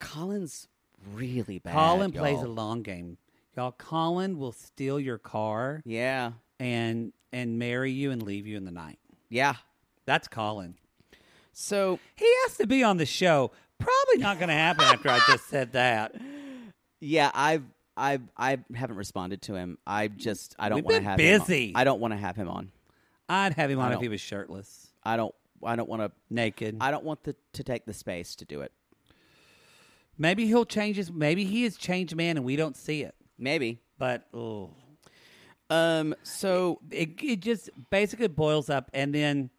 Colin's really bad. Colin plays y'all. a long game, y'all. Colin will steal your car. Yeah. and and marry you and leave you in the night. Yeah. That's Colin. So He has to be on the show. Probably not going to happen after I just said that. yeah, I've I've I haven't responded to him. I just I don't We've want to been have busy. Him on. I don't want to have him on. I'd have him on if don't- he was shirtless, I don't I don't want to naked. I don't want the, to take the space to do it. maybe he'll change his. Maybe he is changed man, and we don't see it. Maybe. But oh, Um so it, it just basically boils up and then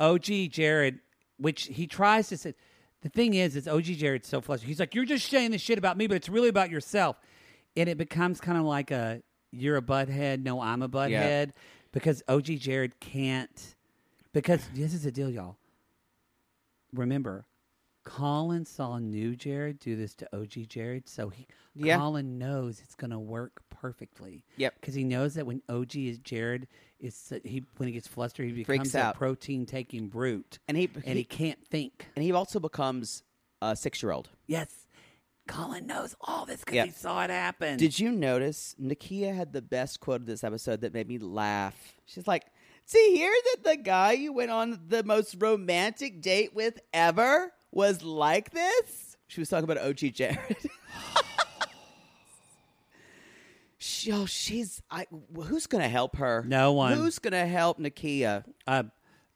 og jared which he tries to say the thing is is og jared's so flustered he's like you're just saying this shit about me but it's really about yourself and it becomes kind of like a you're a butthead no i'm a butthead because og jared can't because this is the deal y'all remember colin saw new jared do this to og jared so he Yeah. colin knows it's going to work perfectly Yep. because he knows that when OG is Jared is so- he when he gets flustered he Freaks becomes out. a protein taking brute And he- and he- he can't think. and he also becomes a 6-year-old. Yes, Colin knows all this because Yeah. he saw it happen. Did you notice Nakia had the best quote of this episode that made me laugh? She's like, "See here that the guy you went on the most romantic date with ever was like this." She was talking about OG Jared. she, oh, she's I. Who's gonna help her? No one. Who's gonna help Nakia? uh,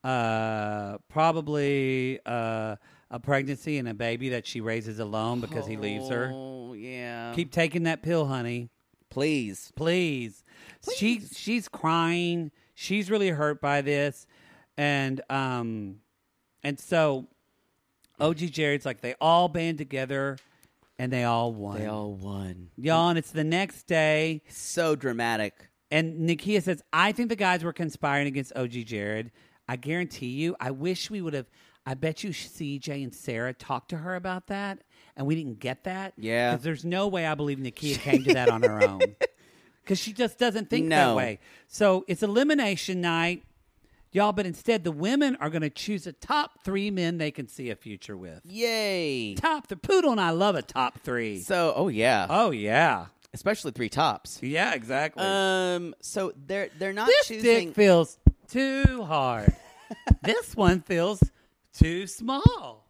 uh, probably uh, a pregnancy and a baby that she raises alone because he leaves her. Oh yeah. Keep taking that pill, honey. please. please. She she's crying. She's really hurt by this, and um, and so, OG Jared's like they all band together, and they all won. They all won. Y'all, and it's the next day, So dramatic. and Nikia says, "I think the guys were conspiring against OG Jared. I guarantee you. I wish we would have. I bet you CJ and Sarah talked to her about that, and we didn't get that. Yeah. 'Cause there's no way I believe Nikia came to that on her own, because she just doesn't think No. that way. So it's elimination night, y'all. But instead, the women are going to choose the top three men they can see a future with. Yay. Top the poodle, and I love a top three. So, oh yeah, oh yeah, especially three tops. yeah, exactly. Um. So they're they're not this choosing. dick feels too hard. this one feels too small.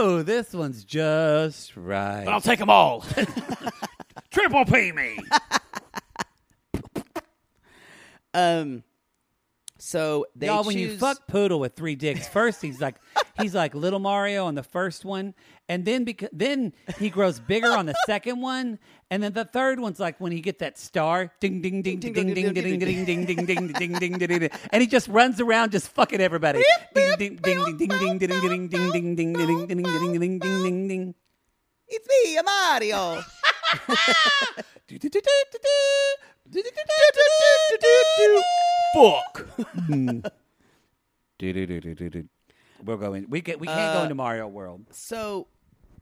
Ooh, this one's just right. But I'll take them all. Triple P me. um. So they Y'all, choose. when you fuck poodle with three dicks, first he's like he's like little Mario on the first one, and then because then he grows bigger on the second one, and then the third one's like when he get that star, ding ding ding ding ding ding ding ding ding ding ding ding ding ding ding ding, and he just runs around just fucking everybody. Ding ding ding ding ding ding ding ding ding ding ding ding ding ding ding ding ding ding. it's me, a Mario. Fuck. We're going. We get. We can't go into Mario World. so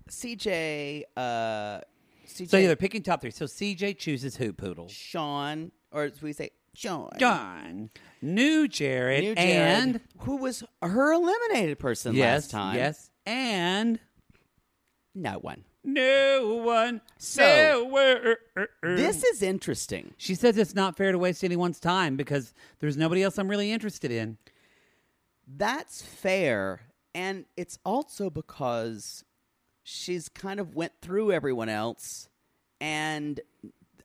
CJ, uh, CJ, So yeah, they're picking top three. So CJ chooses who poodle. Sean, or as we say, Sean, John, new Jared, New Jared, and who was her eliminated person yes, last time? yes, and no one. no one. So- nowhere. This is interesting. She says it's not fair to waste anyone's time because there's nobody else I'm really interested in. That's fair, and it's also because she's kind of went through everyone else, and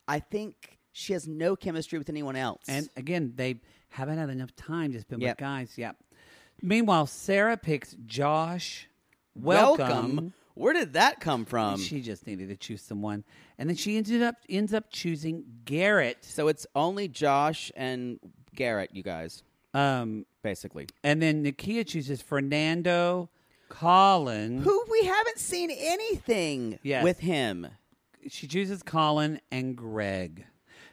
I think she has no chemistry with anyone else. And again, they haven't had enough time. Just been Yep. with guys. Yep. Meanwhile, Sarah picks Josh. Welcome. Where did that come from? she just needed to choose someone, and then she ended up ends up choosing Garrett. so it's only Josh and Garrett, you guys, Um, basically. and then Nikia chooses Fernando, Colin. Who we haven't seen anything Yes. with him. She chooses Colin and Greg.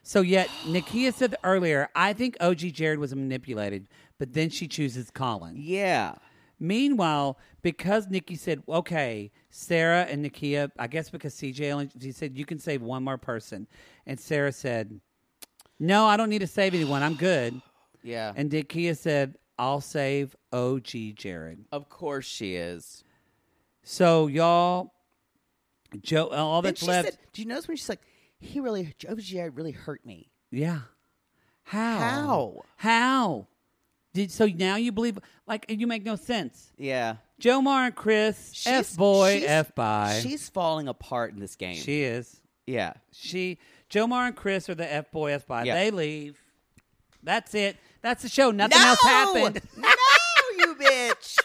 So yet Nikia said earlier, I think OG Jared was manipulated, but then she chooses Colin. Yeah. Meanwhile, because Nikki said, okay, Sarah and Nikia, I guess because CJ only, she said, you can save one more person. And Sarah said, no, I don't need to save anyone. I'm good. Yeah. And Nikia said, I'll save OG Jared. of course she is. So y'all, Joe, all Then that's she left. said, do you notice when she's like, he really, Joe Jared really hurt me. yeah. How? How? How? Did so now you believe? Like you make no sense. Yeah. Joe Mar and Chris, She's- f boy, she's- f by. She's falling apart in this game. she is. yeah. She Joe Mar and Chris are the f boy, f by. Yeah. They leave. That's it. That's the show. Nothing else happened. no, you bitch.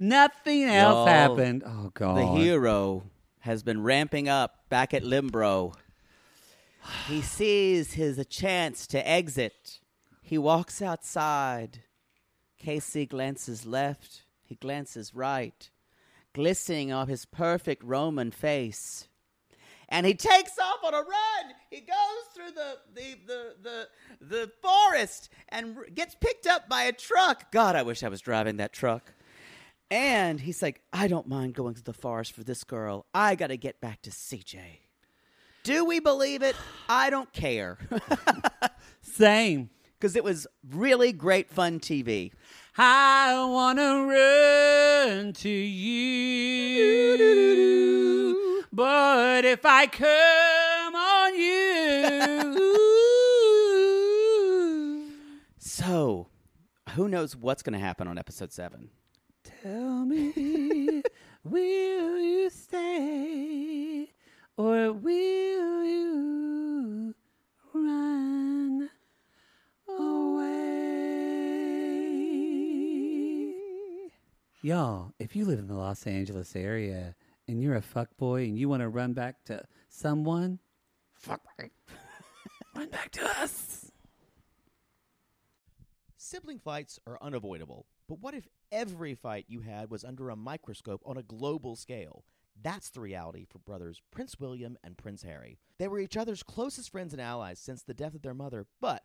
Nothing else Y'all, happened. Oh God. The hero has been ramping up back at Limbro. He sees his chance to exit. He walks outside. Casey glances left. He glances right, glistening off his perfect Roman face. And he takes off on a run. He goes through the the the the, the forest and r- gets picked up by a truck. God, I wish I was driving that truck. And he's like, I don't mind going to the forest for this girl. I got to get back to CJ. Do we believe it? I don't care. Same. Because it was really great fun TV. I wanna run to you, but if I come on you, So, who knows what's going to happen on episode seven? tell me, will you stay or will you run away? Y'all, if you live in the Los Angeles area and you're a fuckboy and you want to run back to someone, fuckboy, run back to us. Sibling fights are unavoidable, but what if every fight you had was under a microscope on a global scale? That's the reality for brothers Prince William and Prince Harry. They were each other's closest friends and allies since the death of their mother, but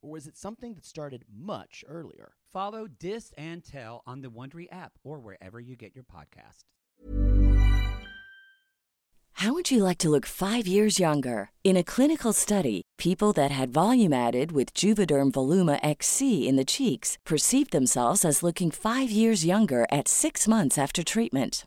or was it something that started much earlier? Follow Dis and Tell on the Wondery app or wherever you get your podcast. How would you like to look five years younger? In a clinical study, people that had volume added with Juvederm Voluma XC in the cheeks perceived themselves as looking five years younger at six months after treatment.